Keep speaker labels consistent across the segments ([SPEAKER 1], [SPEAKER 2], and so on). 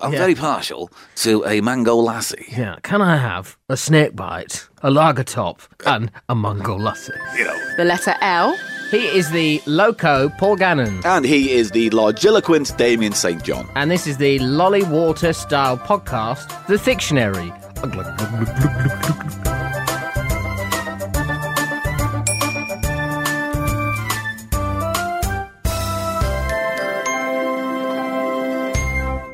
[SPEAKER 1] I'm
[SPEAKER 2] Yeah.
[SPEAKER 1] very partial to a mango lassie.
[SPEAKER 2] Yeah, can I have a snake bite, a lager top, and a mungo lassie?
[SPEAKER 1] You know.
[SPEAKER 3] The letter L.
[SPEAKER 2] He is the loco Paul Gannon,
[SPEAKER 1] And he is the largiloquent Damien St. John.
[SPEAKER 2] and this is the Lolly Water style podcast, The Dictionary. Glug, glug, glug, glug, glug, glug.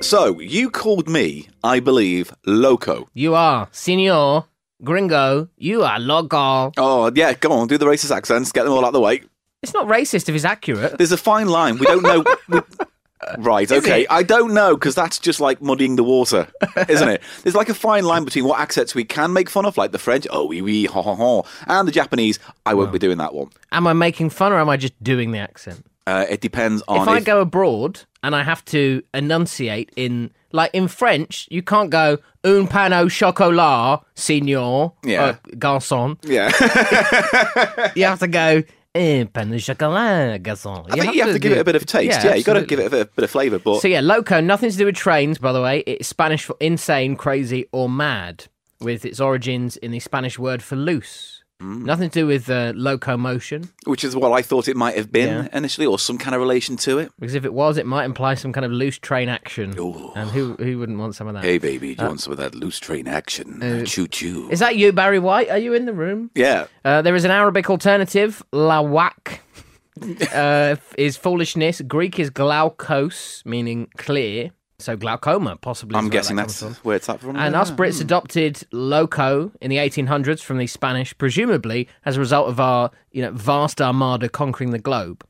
[SPEAKER 1] So, you called me, I believe, loco.
[SPEAKER 2] You are Senor Gringo. You are loco.
[SPEAKER 1] Oh, yeah, come on, do the racist accents, get them all out of the way.
[SPEAKER 2] It's not racist if it's accurate.
[SPEAKER 1] There's a fine line. We don't know. we- Right, okay.
[SPEAKER 2] it?
[SPEAKER 1] I don't know because that's just like muddying the water, isn't it? There's like a fine line between what accents we can make fun of, like the French, oh, oui, oui, ha, ha, ha, and the Japanese, I won't be doing that one.
[SPEAKER 2] Am I making fun or am I just doing the accent?
[SPEAKER 1] Uh, it depends on
[SPEAKER 2] if I go abroad and I have to enunciate in like in French, you can't go un pan au chocolat, senor,
[SPEAKER 1] Yeah.
[SPEAKER 2] uh, garçon.
[SPEAKER 1] Yeah.
[SPEAKER 2] You have to go un pan au chocolat, garçon.
[SPEAKER 1] I think you have to, give
[SPEAKER 2] do-
[SPEAKER 1] it a bit of taste. Yeah, you got to give it a bit, a bit of flavour. But
[SPEAKER 2] So yeah, loco, nothing to do with trains, by the way. It's Spanish for insane, crazy, or mad, with its origins in the Spanish word for loose.
[SPEAKER 1] Mm.
[SPEAKER 2] Nothing to do with uh, locomotion,
[SPEAKER 1] which is what I thought it might have been initially, or some kind of relation to it.
[SPEAKER 2] because if it was, it might imply some kind of loose train action.
[SPEAKER 1] Ooh.
[SPEAKER 2] And who who wouldn't want some of that?
[SPEAKER 1] Hey, baby,
[SPEAKER 2] Uh,
[SPEAKER 1] do you want some of that loose train action? choo choo.
[SPEAKER 2] Is that you, Barry White? Are you in the room?
[SPEAKER 1] Yeah.
[SPEAKER 2] Uh, there is an Arabic alternative, lawak. uh, is foolishness. Greek is glaukos, meaning clear. So glaucoma, possibly.
[SPEAKER 1] I'm
[SPEAKER 2] is where
[SPEAKER 1] guessing
[SPEAKER 2] that
[SPEAKER 1] that's
[SPEAKER 2] comes from.
[SPEAKER 1] where it's at from.
[SPEAKER 2] And
[SPEAKER 1] yeah.
[SPEAKER 2] us Brits adopted loco in the 1800s from the Spanish, presumably as a result of our you know vast armada conquering the globe.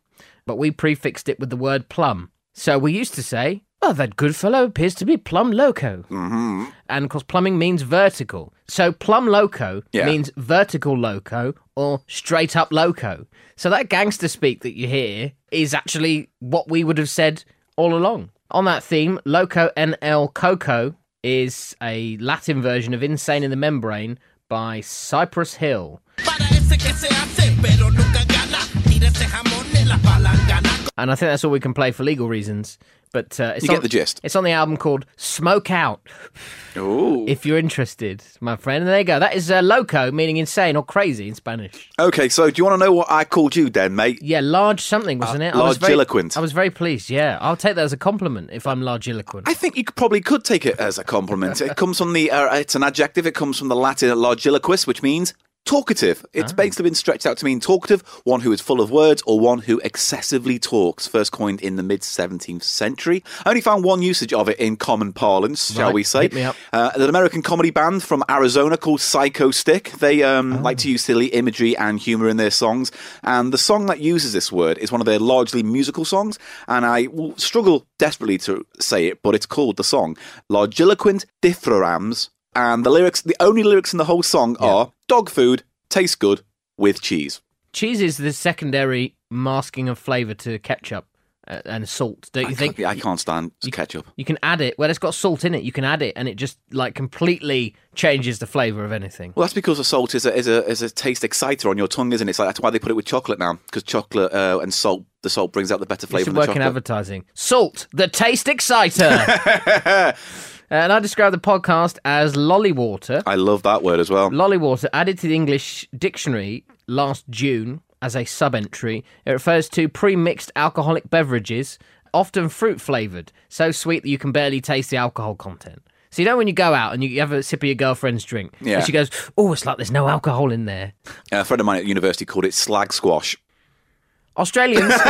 [SPEAKER 2] But we prefixed it with the word plum. So we used to say, "Oh, that good fellow appears to be plum loco." And of course, plumbing means vertical. So plum loco
[SPEAKER 1] Yeah.
[SPEAKER 2] means vertical loco or straight up loco. So that gangster speak that you hear is actually what we would have said all along. On that theme, Loco NL Coco is a Latin version of Insane in the Membrane by Cypress Hill.
[SPEAKER 4] Para ese que se hace, pero nunca gana. Tira ese jamón en la palangana.
[SPEAKER 2] And I think that's all we can play for legal reasons. But uh, it's
[SPEAKER 1] You get
[SPEAKER 2] on-
[SPEAKER 1] the gist.
[SPEAKER 2] It's on the album called Smoke Out.
[SPEAKER 1] Ooh.
[SPEAKER 2] If you're interested, my friend. And there you go. That is uh, loco, meaning insane or crazy in Spanish.
[SPEAKER 1] Okay, so do you want to know what I called you then, mate?
[SPEAKER 2] Yeah, large something,
[SPEAKER 1] Uh,
[SPEAKER 2] wasn't it? I was very-
[SPEAKER 1] largiloquent.
[SPEAKER 2] I was very pleased. Yeah, I'll take that as a compliment if I'm largiloquent.
[SPEAKER 1] I think you could, probably could take it as a compliment. It comes from the, uh, it's an adjective, it comes from the Latin largiloquus, which means talkative. It's
[SPEAKER 2] Ah.
[SPEAKER 1] basically been stretched out to mean talkative, one who is full of words or one who excessively talks, first coined in the mid 17th century. I only found one usage of it in common parlance, shall
[SPEAKER 2] Right,
[SPEAKER 1] we say.
[SPEAKER 2] hit me up.
[SPEAKER 1] Uh, an American comedy band from Arizona called Psycho Stick. They um,
[SPEAKER 2] Oh.
[SPEAKER 1] like to use silly imagery and humor in their songs. And the song that uses this word is one of their largely musical songs. And I will struggle desperately to say it, but it's called the song Largiloquent Dithyrambs. And the lyrics, the only lyrics in the whole song are dog food, tastes good, with cheese.
[SPEAKER 2] Cheese is the secondary masking of flavour to ketchup uh, and salt, don't you
[SPEAKER 1] I
[SPEAKER 2] think?
[SPEAKER 1] can't, I can't stand ketchup.
[SPEAKER 2] You can add it. Well, it's got salt in it. You can add it, and it just like completely changes the flavour of anything.
[SPEAKER 1] Well, that's because the salt is a, is a is a taste exciter on your tongue, isn't it? It's like that's why they put it with chocolate now, because chocolate uh, and salt, the salt brings out the better
[SPEAKER 2] You
[SPEAKER 1] flavour.
[SPEAKER 2] should
[SPEAKER 1] of the
[SPEAKER 2] work in
[SPEAKER 1] chocolate.
[SPEAKER 2] advertising. Salt, the taste exciter. and I describe the podcast as lolly water.
[SPEAKER 1] I love that word as well.
[SPEAKER 2] Lollywater, added to the English dictionary last June as a sub entry, it refers to pre mixed alcoholic beverages, often fruit flavoured, so sweet that you can barely taste the alcohol content. So, you know, when you go out and you- you have a sip of your girlfriend's drink,
[SPEAKER 1] Yeah.
[SPEAKER 2] and she goes, Oh, it's like there's no alcohol in there.
[SPEAKER 1] A friend of mine at university called it slag squash.
[SPEAKER 2] Australians,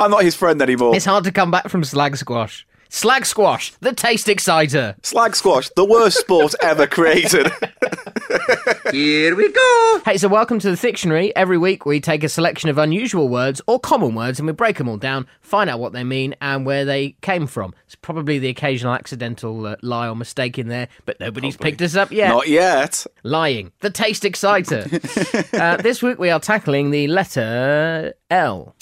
[SPEAKER 1] I'm not his friend anymore.
[SPEAKER 2] it's hard to come back from slag squash. Slag squash, the taste exciter.
[SPEAKER 1] Slag squash, the worst sport ever created.
[SPEAKER 2] Hey, so welcome to the dictionary. Every week we take a selection of unusual words or common words and we break them all down, find out what they mean and where they came from. It's probably the occasional accidental uh, lie or mistake in there, but nobody's picked us up yet.
[SPEAKER 1] Not yet.
[SPEAKER 2] Lying. The taste exciter. uh, this week we are tackling the letter L.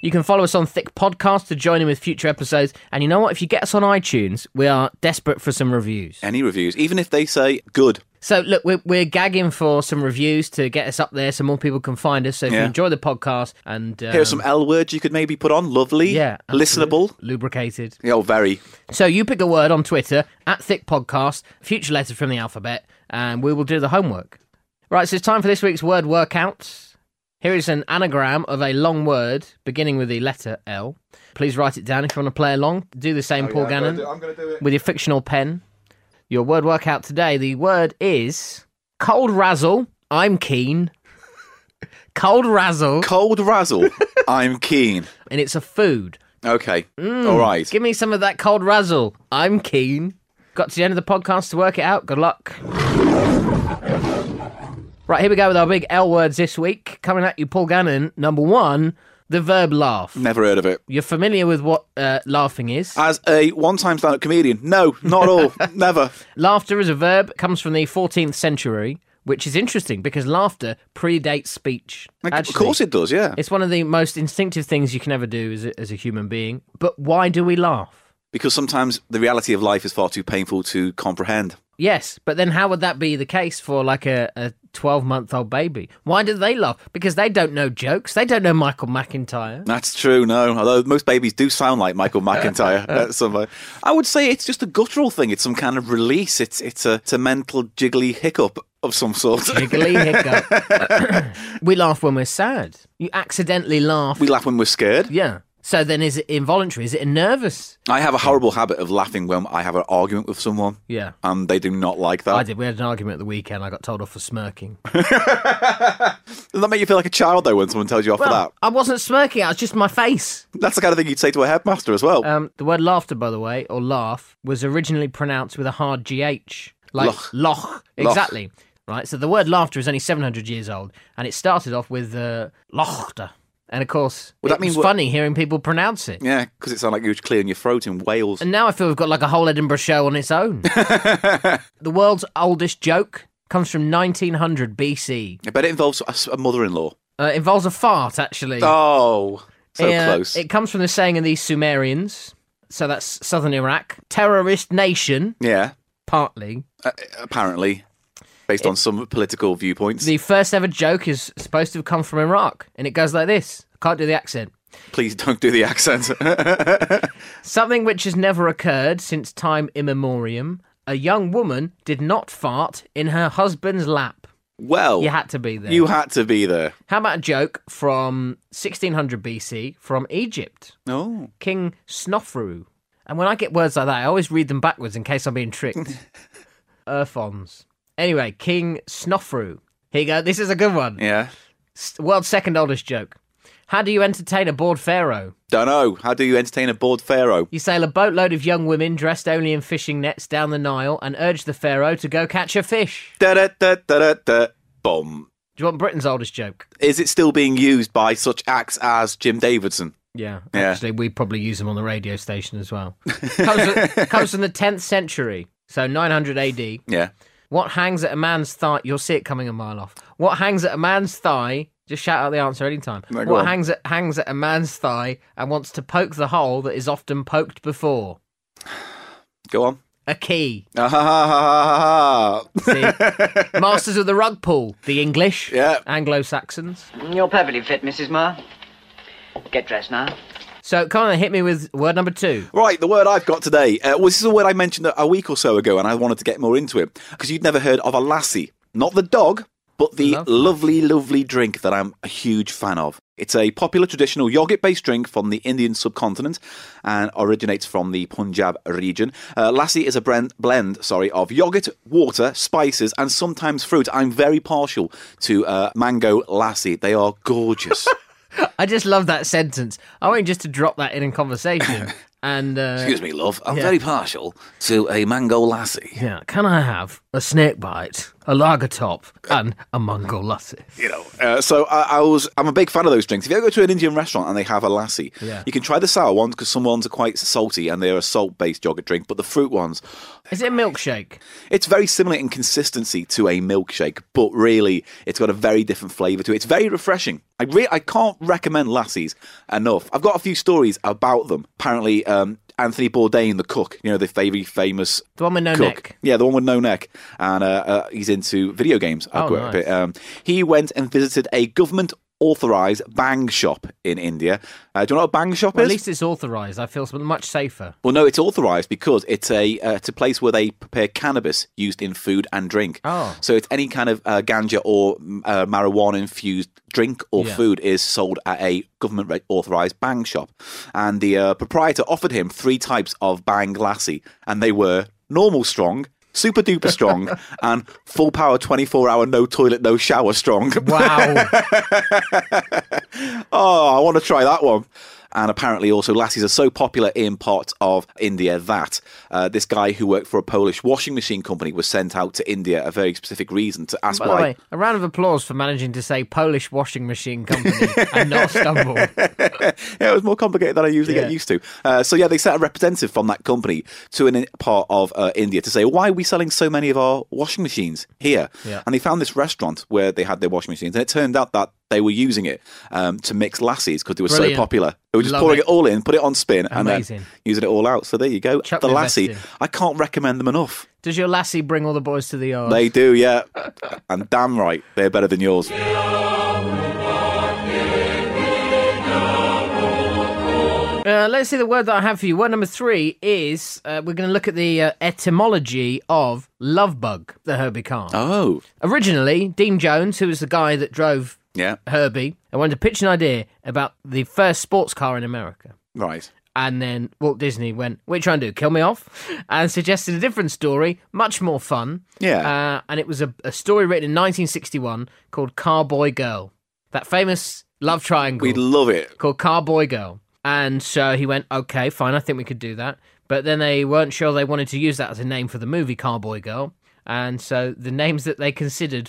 [SPEAKER 2] You can follow us on Thick Podcast to join in with future episodes. And you know what? If you get us on iTunes, we are desperate for some reviews.
[SPEAKER 1] Any reviews, even if they say good.
[SPEAKER 2] So look, we're, we're gagging for some reviews to get us up there so more people can find us. So if you
[SPEAKER 1] Yeah.
[SPEAKER 2] enjoy the podcast and um,
[SPEAKER 1] Here are some L words you could maybe put on. Lovely.
[SPEAKER 2] yeah,
[SPEAKER 1] Listenable.
[SPEAKER 2] absolute- lubricated.
[SPEAKER 1] Yeah, Oh, very.
[SPEAKER 2] So you pick a word on Twitter at Thick Podcast, future letter from the alphabet, and we will do the homework. Right, so it's time for this week's word workouts. Here is an anagram of a long word beginning with the letter L. Please write it down if you want to play along. Do the
[SPEAKER 1] Oh,
[SPEAKER 2] same, Paul Gannon,
[SPEAKER 1] going to do it.
[SPEAKER 2] with your fictional pen. Your word workout today. The word is cold razzle. I'm keen. cold razzle,
[SPEAKER 1] Cold razzle. I'm keen.
[SPEAKER 2] and it's a food.
[SPEAKER 1] Okay. All right.
[SPEAKER 2] Mm. Give me some of that cold razzle. I'm keen. Got to the end of the podcast to work it out. Good luck. Right, here we go with our big L words this week. Coming at you, Paul Gannon. Number one, the verb laugh.
[SPEAKER 1] Never heard of it.
[SPEAKER 2] You're familiar with what uh, laughing is.
[SPEAKER 1] As a one-time stand-up comedian, no, not at all, never.
[SPEAKER 2] laughter is a verb, comes from the 14th century, which is interesting because laughter predates speech.
[SPEAKER 1] of course it does. Yeah,
[SPEAKER 2] It's one of the most instinctive things you can ever do as a, as a human being. But why do we laugh?
[SPEAKER 1] because sometimes the reality of life is far too painful to comprehend.
[SPEAKER 2] Yes, but then how would that be the case for like a a twelve month old baby? Why do they laugh? Because they don't know jokes. They don't know Michael McIntyre.
[SPEAKER 1] That's true. No, although most babies do sound like Michael McIntyre at some way. I would say it's just a guttural thing. It's some kind of release. It's it's a, it's a mental jiggly hiccup of some sort.
[SPEAKER 2] Jiggly hiccup. we laugh when we're sad. You accidentally laugh.
[SPEAKER 1] we laugh when we're scared.
[SPEAKER 2] yeah. So then, is it involuntary? Is it nervous?
[SPEAKER 1] I have a horrible habit of laughing when I have an argument with someone,
[SPEAKER 2] Yeah.
[SPEAKER 1] and they do not like
[SPEAKER 2] I
[SPEAKER 1] that.
[SPEAKER 2] did. We had an argument at the weekend. I got told off for smirking.
[SPEAKER 1] Doesn't that make you feel like a child though when someone tells you off for that?
[SPEAKER 2] I wasn't smirking. I was just my face.
[SPEAKER 1] That's the kind of thing you'd say to a headmaster as well.
[SPEAKER 2] Um, the word laughter, by the way, or laugh, was originally pronounced with a hard GH. Like
[SPEAKER 1] Loch.
[SPEAKER 2] loch. Exactly. Right? So the word laughter is only 700 years old, and it started off with uh, lochter. And of course,
[SPEAKER 1] Well, that
[SPEAKER 2] it
[SPEAKER 1] means
[SPEAKER 2] was
[SPEAKER 1] what-
[SPEAKER 2] funny hearing people pronounce it.
[SPEAKER 1] Yeah, because it sounded like you were clearing your throat in Wales.
[SPEAKER 2] And now I feel we've got like a whole Edinburgh show on its own. the world's oldest joke comes from 1900 BC.
[SPEAKER 1] I bet it involves a, s- a mother-in-law.
[SPEAKER 2] Uh, it involves a fart, actually.
[SPEAKER 1] Oh, so
[SPEAKER 2] Uh,
[SPEAKER 1] close.
[SPEAKER 2] It comes from the saying of these Sumerians. So that's southern Iraq. Terrorist nation,
[SPEAKER 1] yeah,
[SPEAKER 2] partly.
[SPEAKER 1] uh, apparently, based on some political viewpoints.
[SPEAKER 2] The first ever joke is supposed to have come from Iraq, and it goes like this. I can't do the accent.
[SPEAKER 1] Please don't do the accent.
[SPEAKER 2] Something which has never occurred since time immemorium. A young woman did not fart in her husband's lap.
[SPEAKER 1] well,
[SPEAKER 2] You had to be there.
[SPEAKER 1] you had to be there.
[SPEAKER 2] How about a joke from 1600 BC from Egypt?
[SPEAKER 1] Oh,
[SPEAKER 2] King Snofru. And when I get words like that, I always read them backwards in case I'm being tricked. Erfons. Anyway, King Snofru. Here you go. This is a good one.
[SPEAKER 1] yeah.
[SPEAKER 2] S- World's second oldest joke. How do you entertain a bored pharaoh?
[SPEAKER 1] Don't know. How do you entertain a bored pharaoh?
[SPEAKER 2] You sail a boatload of young women dressed only in fishing nets down the Nile and urge the pharaoh to go catch a fish.
[SPEAKER 1] Da da da da da da. Bomb.
[SPEAKER 2] Do you want Britain's oldest joke?
[SPEAKER 1] Is it still being used by such acts as Jim Davidson?
[SPEAKER 2] Yeah,
[SPEAKER 1] Yeah.
[SPEAKER 2] actually, we probably use them on the radio station as well. comes, from, comes from the 10th century, so 900 AD.
[SPEAKER 1] Yeah.
[SPEAKER 2] What hangs at a man's thigh? You'll see it coming a mile off. What hangs at a man's thigh? Just shout out the answer anytime.
[SPEAKER 1] No, go
[SPEAKER 2] what
[SPEAKER 1] on.
[SPEAKER 2] hangs at hangs at a man's thigh and wants to poke the hole that is often poked before?
[SPEAKER 1] Go on.
[SPEAKER 2] A key.
[SPEAKER 1] Ah, ha, ha, ha, ha, ha, ha.
[SPEAKER 2] See? Masters of the rug pull. The English.
[SPEAKER 1] Yeah.
[SPEAKER 2] Anglo Saxons.
[SPEAKER 3] You're perfectly fit, Mrs. Ma. Get dressed now.
[SPEAKER 2] So, Connor, hit me with word number two.
[SPEAKER 1] Right, the word I've got today. Uh, well, this is a word I mentioned a week or so ago, and I wanted to get more into it because you'd never heard of a lassie. Not the dog, but the
[SPEAKER 2] Lovely.
[SPEAKER 1] lovely, lovely drink that I'm a huge fan of. It's a popular traditional yogurt based drink from the Indian subcontinent and originates from the Punjab region. Uh, lassi is a blend, blend sorry, of yogurt, water, spices, and sometimes fruit. I'm very partial to uh, mango lassi, they are gorgeous.
[SPEAKER 2] I just love that sentence. I want you just to drop that in in conversation. and uh,
[SPEAKER 1] Excuse me, love. I'm very partial to a mango lassi.
[SPEAKER 2] yeah, can I have a snake bite, a lager top, and a mango lassi?
[SPEAKER 1] you know. Uh, so I, I was, I'm a big fan of those drinks. If you ever go to an Indian restaurant and they have a lassi,
[SPEAKER 2] Yeah.
[SPEAKER 1] you can try the sour ones because some ones are quite salty and they're a salt-based yogurt drink. But the fruit ones,
[SPEAKER 2] Is it a milkshake?
[SPEAKER 1] it's very similar in consistency to a milkshake, but really it's got a very different flavour to it. It's very refreshing. I re- I can't recommend lassies enough. I've got a few stories about them. Apparently, um, Anthony Bourdain, the cook, you know, the very famous
[SPEAKER 2] The one with no
[SPEAKER 1] cook.
[SPEAKER 2] neck.
[SPEAKER 1] Yeah, the one with no neck, and uh, uh, he's into video games. I'll
[SPEAKER 2] Oh,
[SPEAKER 1] go out
[SPEAKER 2] nice.
[SPEAKER 1] a bit. Um, he went and visited a government authorized bang shop in India. Uh, do you know what a bang shop
[SPEAKER 2] Well,
[SPEAKER 1] is?
[SPEAKER 2] at least it's authorised. I feel much safer.
[SPEAKER 1] Well, no, it's authorized because it's a uh, it's a place where they prepare cannabis used in food and drink.
[SPEAKER 2] Oh.
[SPEAKER 1] so it's any kind of uh, ganja or mm, uh, marijuana infused drink or
[SPEAKER 2] Yeah.
[SPEAKER 1] food is sold at a government re- authorized bang shop, and the uh, proprietor offered him three types of bang lassi, and they were normal strong. Super duper strong and full power 24 hour no toilet no shower strong.
[SPEAKER 2] Wow.
[SPEAKER 1] Oh, I want to try that one. And apparently, also, lassies are so popular in parts of India that uh, this guy who worked for a Polish washing machine company was sent out to India a very specific reason to ask
[SPEAKER 2] By
[SPEAKER 1] why.
[SPEAKER 2] the way, a round of applause for managing to say Polish washing machine company and not stumble.
[SPEAKER 1] yeah, it was more complicated than I usually get
[SPEAKER 2] Yeah.
[SPEAKER 1] used to. Uh, so yeah, they sent a representative from that company to an in- part of uh, India to say why are we selling so many of our washing machines here?
[SPEAKER 2] Yeah.
[SPEAKER 1] And they found this restaurant where they had their washing machines, and it turned out that they were using it um, to mix lassies because they were
[SPEAKER 2] Brilliant.
[SPEAKER 1] so popular. They were just
[SPEAKER 2] Love
[SPEAKER 1] pouring it.
[SPEAKER 2] it.
[SPEAKER 1] all in, put it on spin,
[SPEAKER 2] Amazing.
[SPEAKER 1] and then using it all out. So there you go.
[SPEAKER 2] Chuck
[SPEAKER 1] the
[SPEAKER 2] me
[SPEAKER 1] lassie,
[SPEAKER 2] best in.
[SPEAKER 1] I can't recommend them enough.
[SPEAKER 2] Does your lassie bring all the boys to the yard?
[SPEAKER 1] They do, yeah. and damn right, they're better than yours.
[SPEAKER 2] Uh, let's see the word that I have for you. Word number three is uh, we're going to look at the uh, etymology of love bug, the Herbie car.
[SPEAKER 1] Oh,
[SPEAKER 2] Originally, Dean Jones, who was the guy that drove
[SPEAKER 1] yeah,
[SPEAKER 2] Herbie, I wanted to pitch an idea about the first sports car in America.
[SPEAKER 1] right.
[SPEAKER 2] And then Walt Disney went, What are you trying to do? Kill me off? And suggested a different story, much more fun.
[SPEAKER 1] Yeah.
[SPEAKER 2] Uh, and it was a, a story written in 1961 called Carboy Girl. That famous love triangle
[SPEAKER 1] We love it.
[SPEAKER 2] called Carboy Girl. And so he went, okay, fine, I think we could do that. But then they weren't sure they wanted to use that as a name for the movie Carboy Girl. And so the names that they considered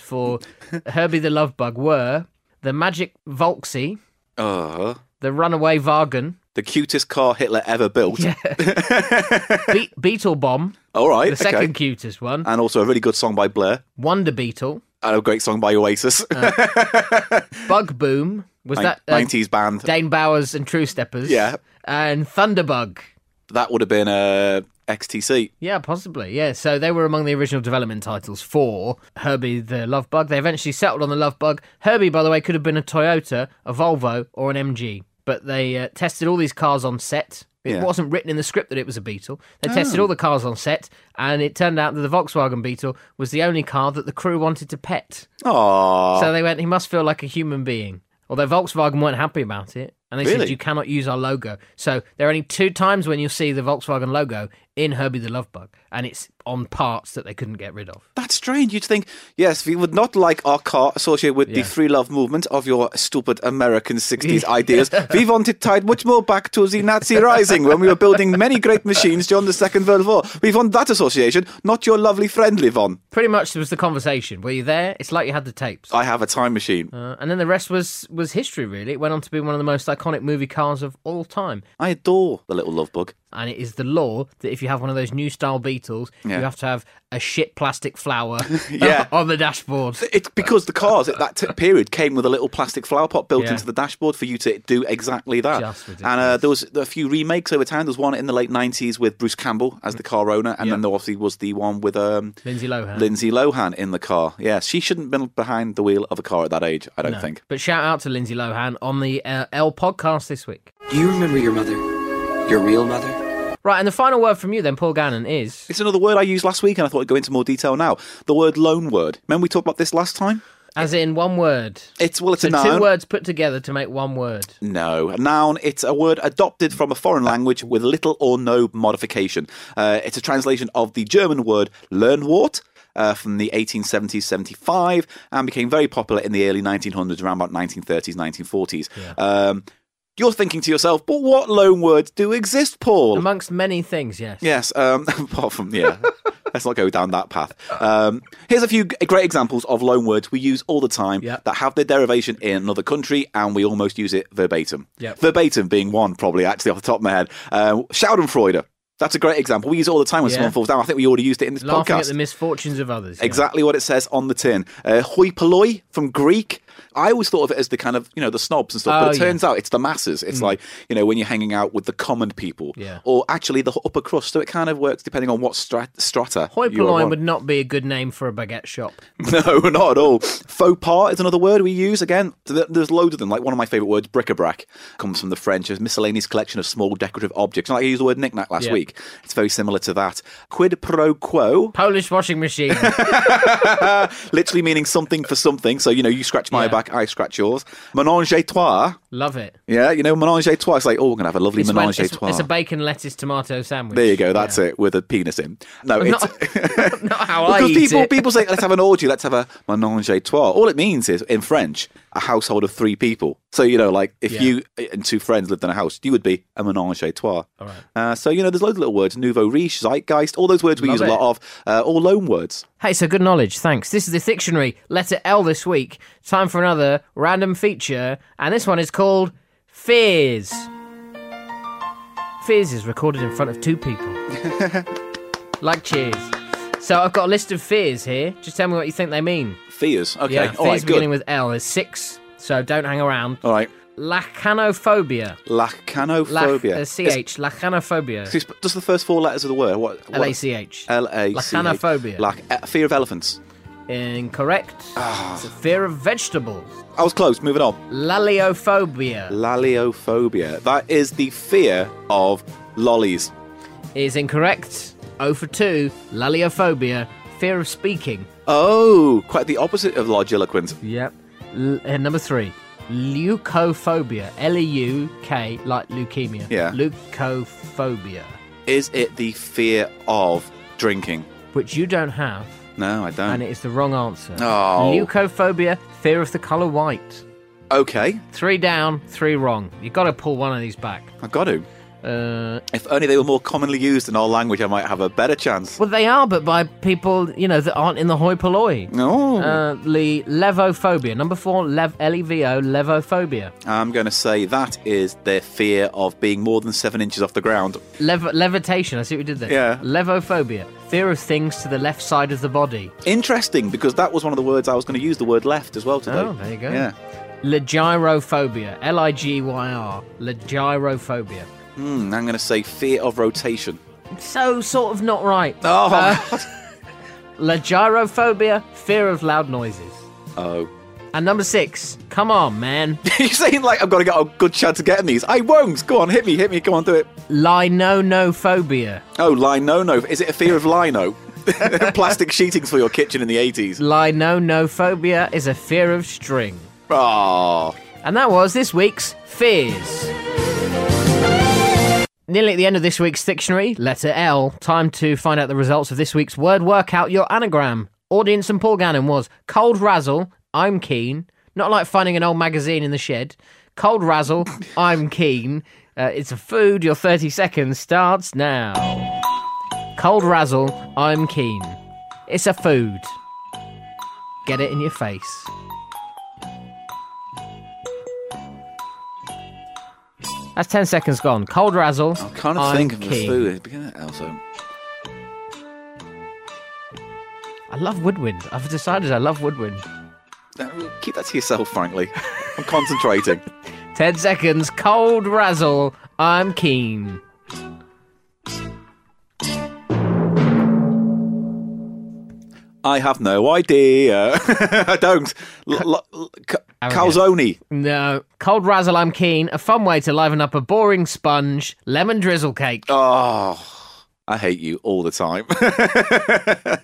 [SPEAKER 2] for Herbie the Love Bug were the Magic Volxy,
[SPEAKER 1] Uh,
[SPEAKER 2] the Runaway Vargan,
[SPEAKER 1] the cutest car Hitler ever built.
[SPEAKER 2] Be- Beetle Bomb,
[SPEAKER 1] All right.
[SPEAKER 2] the second
[SPEAKER 1] okay.
[SPEAKER 2] cutest one,
[SPEAKER 1] And also a really good song by Blur
[SPEAKER 2] Wonder Beetle,
[SPEAKER 1] and a great song by Oasis.
[SPEAKER 2] Bug Boom, was Uh, that uh,
[SPEAKER 1] 90s band.
[SPEAKER 2] Dane Bowers and True Steppers?
[SPEAKER 1] Yeah.
[SPEAKER 2] And Thunderbug.
[SPEAKER 1] that would have been uh, XTC.
[SPEAKER 2] Yeah, possibly. Yeah, so they were among the original development titles for Herbie the Love Bug. They eventually settled on the Love Bug. Herbie, by the way, could have been a Toyota, a Volvo, or an MG. But they uh, tested all these cars on set. It
[SPEAKER 1] Yeah.
[SPEAKER 2] wasn't written in the script that it was a Beetle. They tested all the cars on set, and it turned out that the Volkswagen Beetle was the only car that the crew wanted to pet.
[SPEAKER 1] Aww.
[SPEAKER 2] So they went, he must feel like a human being. Although Volkswagen weren't happy about it, and they said
[SPEAKER 1] Really?
[SPEAKER 2] you cannot use our logo. So there are only two times when you'll see the Volkswagen logo in Herbie the Love Bug, and it's on parts that they couldn't get rid of.
[SPEAKER 1] That's strange. You'd think, yes, we would not like our car associated with
[SPEAKER 2] Yeah.
[SPEAKER 1] the free love movement of your stupid American 60s ideas. We want it tied much more back to the Nazi rising when we were building many great machines during the Second World War. We want that association, not your lovely friendly one.
[SPEAKER 2] Pretty much, there was the conversation. Were you there? It's like you had the tapes.
[SPEAKER 1] I have a time machine.
[SPEAKER 2] Uh, and then the rest was was history. Really, it went on to be one of the most iconic movie cars of all time.
[SPEAKER 1] I adore the little love bug.
[SPEAKER 2] and it is the law that if you have one of those new style Beetles,
[SPEAKER 1] Yeah.
[SPEAKER 2] you have to have a shit plastic flower
[SPEAKER 1] Yeah.
[SPEAKER 2] on the dashboard.
[SPEAKER 1] It's because the cars at that t- period came with a little plastic flower pot built
[SPEAKER 2] Yeah.
[SPEAKER 1] into the dashboard for you to do exactly that.
[SPEAKER 2] Just ridiculous.
[SPEAKER 1] and uh, there was a few remakes over time. There was one in the late '90s with Bruce Campbell as the car owner, and then there obviously was the one with um,
[SPEAKER 2] Lindsay Lohan.
[SPEAKER 1] Lindsay Lohan in the car. Yeah, she shouldn't have been behind the wheel of a car at that age. I don't think.
[SPEAKER 2] But shout out to Lindsay Lohan on the uh, L podcast this week.
[SPEAKER 5] Do you remember your mother? Your real mother?
[SPEAKER 2] Right, and the final word from you then, Paul Gannon, is
[SPEAKER 1] It's another word I used last week, and I thought I'd go into more detail now. The word loan word. Remember we talked about this last time?
[SPEAKER 2] as in one word.
[SPEAKER 1] It's well, it's
[SPEAKER 2] So
[SPEAKER 1] a
[SPEAKER 2] two
[SPEAKER 1] noun.
[SPEAKER 2] words put together to make one word.
[SPEAKER 1] No, a noun. It's a word adopted from a foreign language with little or no modification. Uh, it's a translation of the German word Lernwort. Uh, from the 1870s 75 and became very popular in the early 1900s around about 1930s 1940s um, you're thinking to yourself but what loan words do exist paul
[SPEAKER 2] Amongst many things, yes.
[SPEAKER 1] Yes, um, apart from yeah, let's not go down that path. Um, here's a few g- great examples of loan words we use all the time
[SPEAKER 2] Yep.
[SPEAKER 1] that have their derivation in another country, and we almost use it verbatim.
[SPEAKER 2] Yep.
[SPEAKER 1] Verbatim being one, probably actually off the top of my head. Um, Schadenfreude. That's a great example. We use it all the time when
[SPEAKER 2] Yeah.
[SPEAKER 1] someone falls down. I think we already used it in this
[SPEAKER 2] Laughing
[SPEAKER 1] podcast.
[SPEAKER 2] at the misfortunes of others. yeah.
[SPEAKER 1] Exactly what it says on the tin. Uh, hoi polloi from Greek. I always thought of it as the kind of you know the snobs and stuff,
[SPEAKER 2] Oh,
[SPEAKER 1] but it
[SPEAKER 2] yeah. Mm.
[SPEAKER 1] turns out it's the masses. It's like you know when you're hanging out with the common people,
[SPEAKER 2] Yeah.
[SPEAKER 1] or actually the upper crust. So it kind of works depending on what strat- strata.
[SPEAKER 2] Hoi
[SPEAKER 1] you are
[SPEAKER 2] Polloi
[SPEAKER 1] on.
[SPEAKER 2] would not be a good name for a baguette shop.
[SPEAKER 1] No, not at all. Faux pas is another word we use. Again, th- there's loads of them. Like one of my favourite words, bric-a-brac, comes from the French. It's miscellaneous collection of small decorative objects. Like I used the word knick-knack last
[SPEAKER 2] Yeah.
[SPEAKER 1] week. It's very similar to that. Quid pro quo,
[SPEAKER 2] Polish washing machine.
[SPEAKER 1] literally meaning something for something. So, you know, you scratch my
[SPEAKER 2] Yeah.
[SPEAKER 1] back, I scratch yours. Menage à trois.
[SPEAKER 2] Love it.
[SPEAKER 1] Yeah, you know, menage à trois. It's like, oh, we're going to have a lovely
[SPEAKER 2] It's, when-
[SPEAKER 1] menage à
[SPEAKER 2] it's,
[SPEAKER 1] trois.
[SPEAKER 2] it's a bacon, lettuce, tomato sandwich.
[SPEAKER 1] there you go, that's it, with a penis in. No, it's.
[SPEAKER 2] Not how I
[SPEAKER 1] Because
[SPEAKER 2] eat
[SPEAKER 1] people,
[SPEAKER 2] it.
[SPEAKER 1] people say, let's have an orgy, let's have a menage a trois. All it means is, in French, a household of three people. So, you know, like if
[SPEAKER 2] Yeah.
[SPEAKER 1] you and two friends lived in a house, you would be a menage a trois. All right. uh, so, you know, there's loads of little words nouveau riche, zeitgeist, all those words we
[SPEAKER 2] Love
[SPEAKER 1] use a
[SPEAKER 2] it.
[SPEAKER 1] lot of, uh, all loan words.
[SPEAKER 2] Hey, so good knowledge. Thanks. This is the dictionary letter L this week. Time for another random feature, and this one is called Fears. Fears is recorded in front of two people. like cheers. So I've got a list of fears here. Just tell me what you think they mean.
[SPEAKER 1] Fears. Okay.
[SPEAKER 2] Yeah, fears
[SPEAKER 1] all right,
[SPEAKER 2] beginning
[SPEAKER 1] good.
[SPEAKER 2] with L. There's six, so don't hang around.
[SPEAKER 1] all right.
[SPEAKER 2] Lacanophobia. Lach,
[SPEAKER 1] Lacanophobia.
[SPEAKER 2] uh, CH. Lacanophobia.
[SPEAKER 1] It's- Just the first four letters of the word. What? what-
[SPEAKER 2] L A C H.
[SPEAKER 1] L A C H.
[SPEAKER 2] Lacanophobia.
[SPEAKER 1] Lac- uh, fear of elephants.
[SPEAKER 2] Incorrect.
[SPEAKER 1] Ah.
[SPEAKER 2] It's a fear of vegetables.
[SPEAKER 1] I was close. Moving on.
[SPEAKER 2] Laliophobia
[SPEAKER 1] Laliophobia. That is the fear of lollies.
[SPEAKER 2] is incorrect. 0 for 2. Laliophobia, fear of speaking.
[SPEAKER 1] Oh, quite the opposite of largiloquence.
[SPEAKER 2] Yep. L- uh, number 3. Leukophobia. L E U K, like leukemia.
[SPEAKER 1] Yeah.
[SPEAKER 2] Leukophobia,
[SPEAKER 1] Is it the fear of drinking?
[SPEAKER 2] which you don't have,
[SPEAKER 1] No, I don't.
[SPEAKER 2] and it is the wrong answer.
[SPEAKER 1] Hmm. Oh.
[SPEAKER 2] Leukophobia, fear of the colour white.
[SPEAKER 1] okay,
[SPEAKER 2] Three down, three wrong. You've got to pull one of these back.
[SPEAKER 1] I've got to.
[SPEAKER 2] Uh,
[SPEAKER 1] If only they were more commonly used in our language, I might have a better chance.
[SPEAKER 2] well, they are, but by people, you know, that aren't in the hoi polloi.
[SPEAKER 1] No,
[SPEAKER 2] Uh, le- levophobia. Number four, lev- L-E-V-O, levophobia.
[SPEAKER 1] I'm going to say that is their fear of being more than seven inches off the ground.
[SPEAKER 2] Lev- levitation. I see what we did there.
[SPEAKER 1] Yeah.
[SPEAKER 2] Levophobia. Fear of things to the left side of the body.
[SPEAKER 1] Interesting, because that was one of the words I was going to use. The word left as well today.
[SPEAKER 2] Oh, there you go.
[SPEAKER 1] Yeah.
[SPEAKER 2] Legirophobia. L-I-G-Y-R. Legirophobia.
[SPEAKER 1] Hmm, I'm going to say fear of rotation.
[SPEAKER 2] So sort of not right.
[SPEAKER 1] Oh,
[SPEAKER 2] Legirophobia. Fear of loud noises.
[SPEAKER 1] oh.
[SPEAKER 2] And number six. Come on, man.
[SPEAKER 1] You're saying like I've got to get a good chance of getting these. I won't. Go on, hit me, hit me. Come on, do it.
[SPEAKER 2] Linonophobia.
[SPEAKER 1] Oh, lino no. Is it a fear of lino? Plastic sheetings for your kitchen in the 80s.
[SPEAKER 2] Linonophobia is a fear of string.
[SPEAKER 1] Oh,
[SPEAKER 2] And that was this week's Fears. Nearly at the end of this week's dictionary, letter L, time to find out the results of this week's word workout, your anagram. Audience and Paul Gannon was cold razzle, I'm keen. Not like finding an old magazine in the shed. Cold razzle, I'm keen. Uh, it's a food, your 30 seconds starts now. Cold razzle, I'm keen. It's a food. Get it in your face. That's 10 seconds gone. Cold razzle.
[SPEAKER 1] I can't
[SPEAKER 2] I'm
[SPEAKER 1] think of the
[SPEAKER 2] keen.
[SPEAKER 1] food. Beginning at Also,
[SPEAKER 2] I love woodwind. I've decided I love woodwind.
[SPEAKER 1] No, uh, keep that to yourself, frankly. I'm concentrating.
[SPEAKER 2] 10 seconds. Cold razzle. I'm keen.
[SPEAKER 1] I have no idea. I don't. L- l- l- c-
[SPEAKER 2] Arrogant.
[SPEAKER 1] calzone.
[SPEAKER 2] No. Cold razzle. I'm keen. A fun way to liven up a boring sponge. Lemon drizzle cake.
[SPEAKER 1] Oh, I hate you all the time.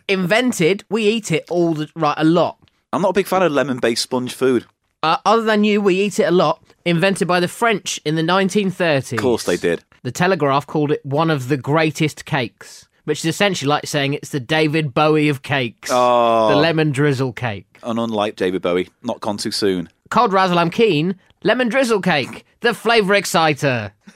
[SPEAKER 2] Invented. We eat it all the right a lot.
[SPEAKER 1] I'm not a big fan of lemon-based sponge food. Of
[SPEAKER 2] Uh, other than you, we eat it a lot. Invented by the French in the 1930s. Of
[SPEAKER 1] course they did.
[SPEAKER 2] The Telegraph called it one of the greatest cakes, which is essentially like saying it's the David Bowie of cakes. The
[SPEAKER 1] Oh.
[SPEAKER 2] lemon drizzle cake.
[SPEAKER 1] And unlike David Bowie, not gone too soon.
[SPEAKER 2] Cold Razzle I'm Keen, Lemon Drizzle Cake, the flavour exciter.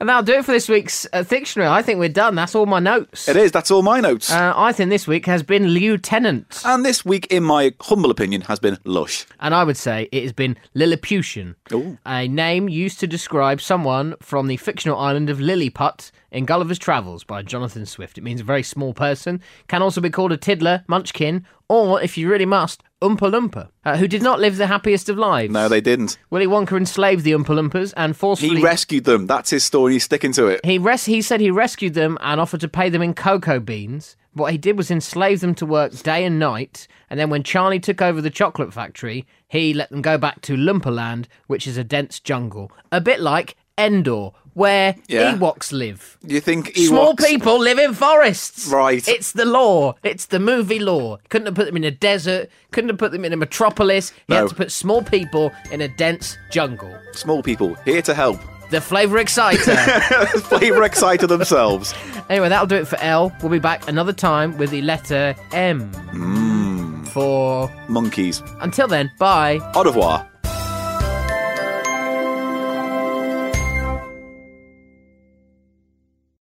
[SPEAKER 2] and that'll do it for this week's uh, dictionary. I think we're done. That's all my notes.
[SPEAKER 1] It is. That's all my notes.
[SPEAKER 2] Uh, I think this week has been Lieutenant,
[SPEAKER 1] and this week, in my humble opinion, has been lush.
[SPEAKER 2] and I would say it has been Lilliputian,
[SPEAKER 1] Ooh.
[SPEAKER 2] a name used to describe someone from the fictional island of Lilliput in Gulliver's Travels by Jonathan Swift. It means a very small person, can also be called a tiddler, munchkin, or if you really must, Oompa Loompa, uh, who did not live the happiest of lives.
[SPEAKER 1] No, they didn't.
[SPEAKER 2] Willy Wonka enslaved the Oompa Loompas and forcefully.
[SPEAKER 1] He rescued them. That's his story. He's sticking to it.
[SPEAKER 2] He res- he said he rescued them and offered to pay them in cocoa beans. What he did was enslave them to work day and night, and then when Charlie took over the chocolate factory, he let them go back to Lumperland, which is a dense jungle, a bit like Endor, where
[SPEAKER 1] Yeah.
[SPEAKER 2] Ewoks live.
[SPEAKER 1] You think
[SPEAKER 2] Small
[SPEAKER 1] Ewoks-
[SPEAKER 2] people live in forests.
[SPEAKER 1] Right.
[SPEAKER 2] It's the law. It's the movie law. Couldn't have put them in a desert. Couldn't have put them in a metropolis. He
[SPEAKER 1] No.
[SPEAKER 2] had to put small people in a dense jungle.
[SPEAKER 1] Small people here to help.
[SPEAKER 2] The flavour exciter.
[SPEAKER 1] Flavor exciter themselves.
[SPEAKER 2] Anyway, that'll do it for L. We'll be back another time with the letter M. For.
[SPEAKER 1] Monkeys.
[SPEAKER 2] Until then, bye.
[SPEAKER 1] Au revoir.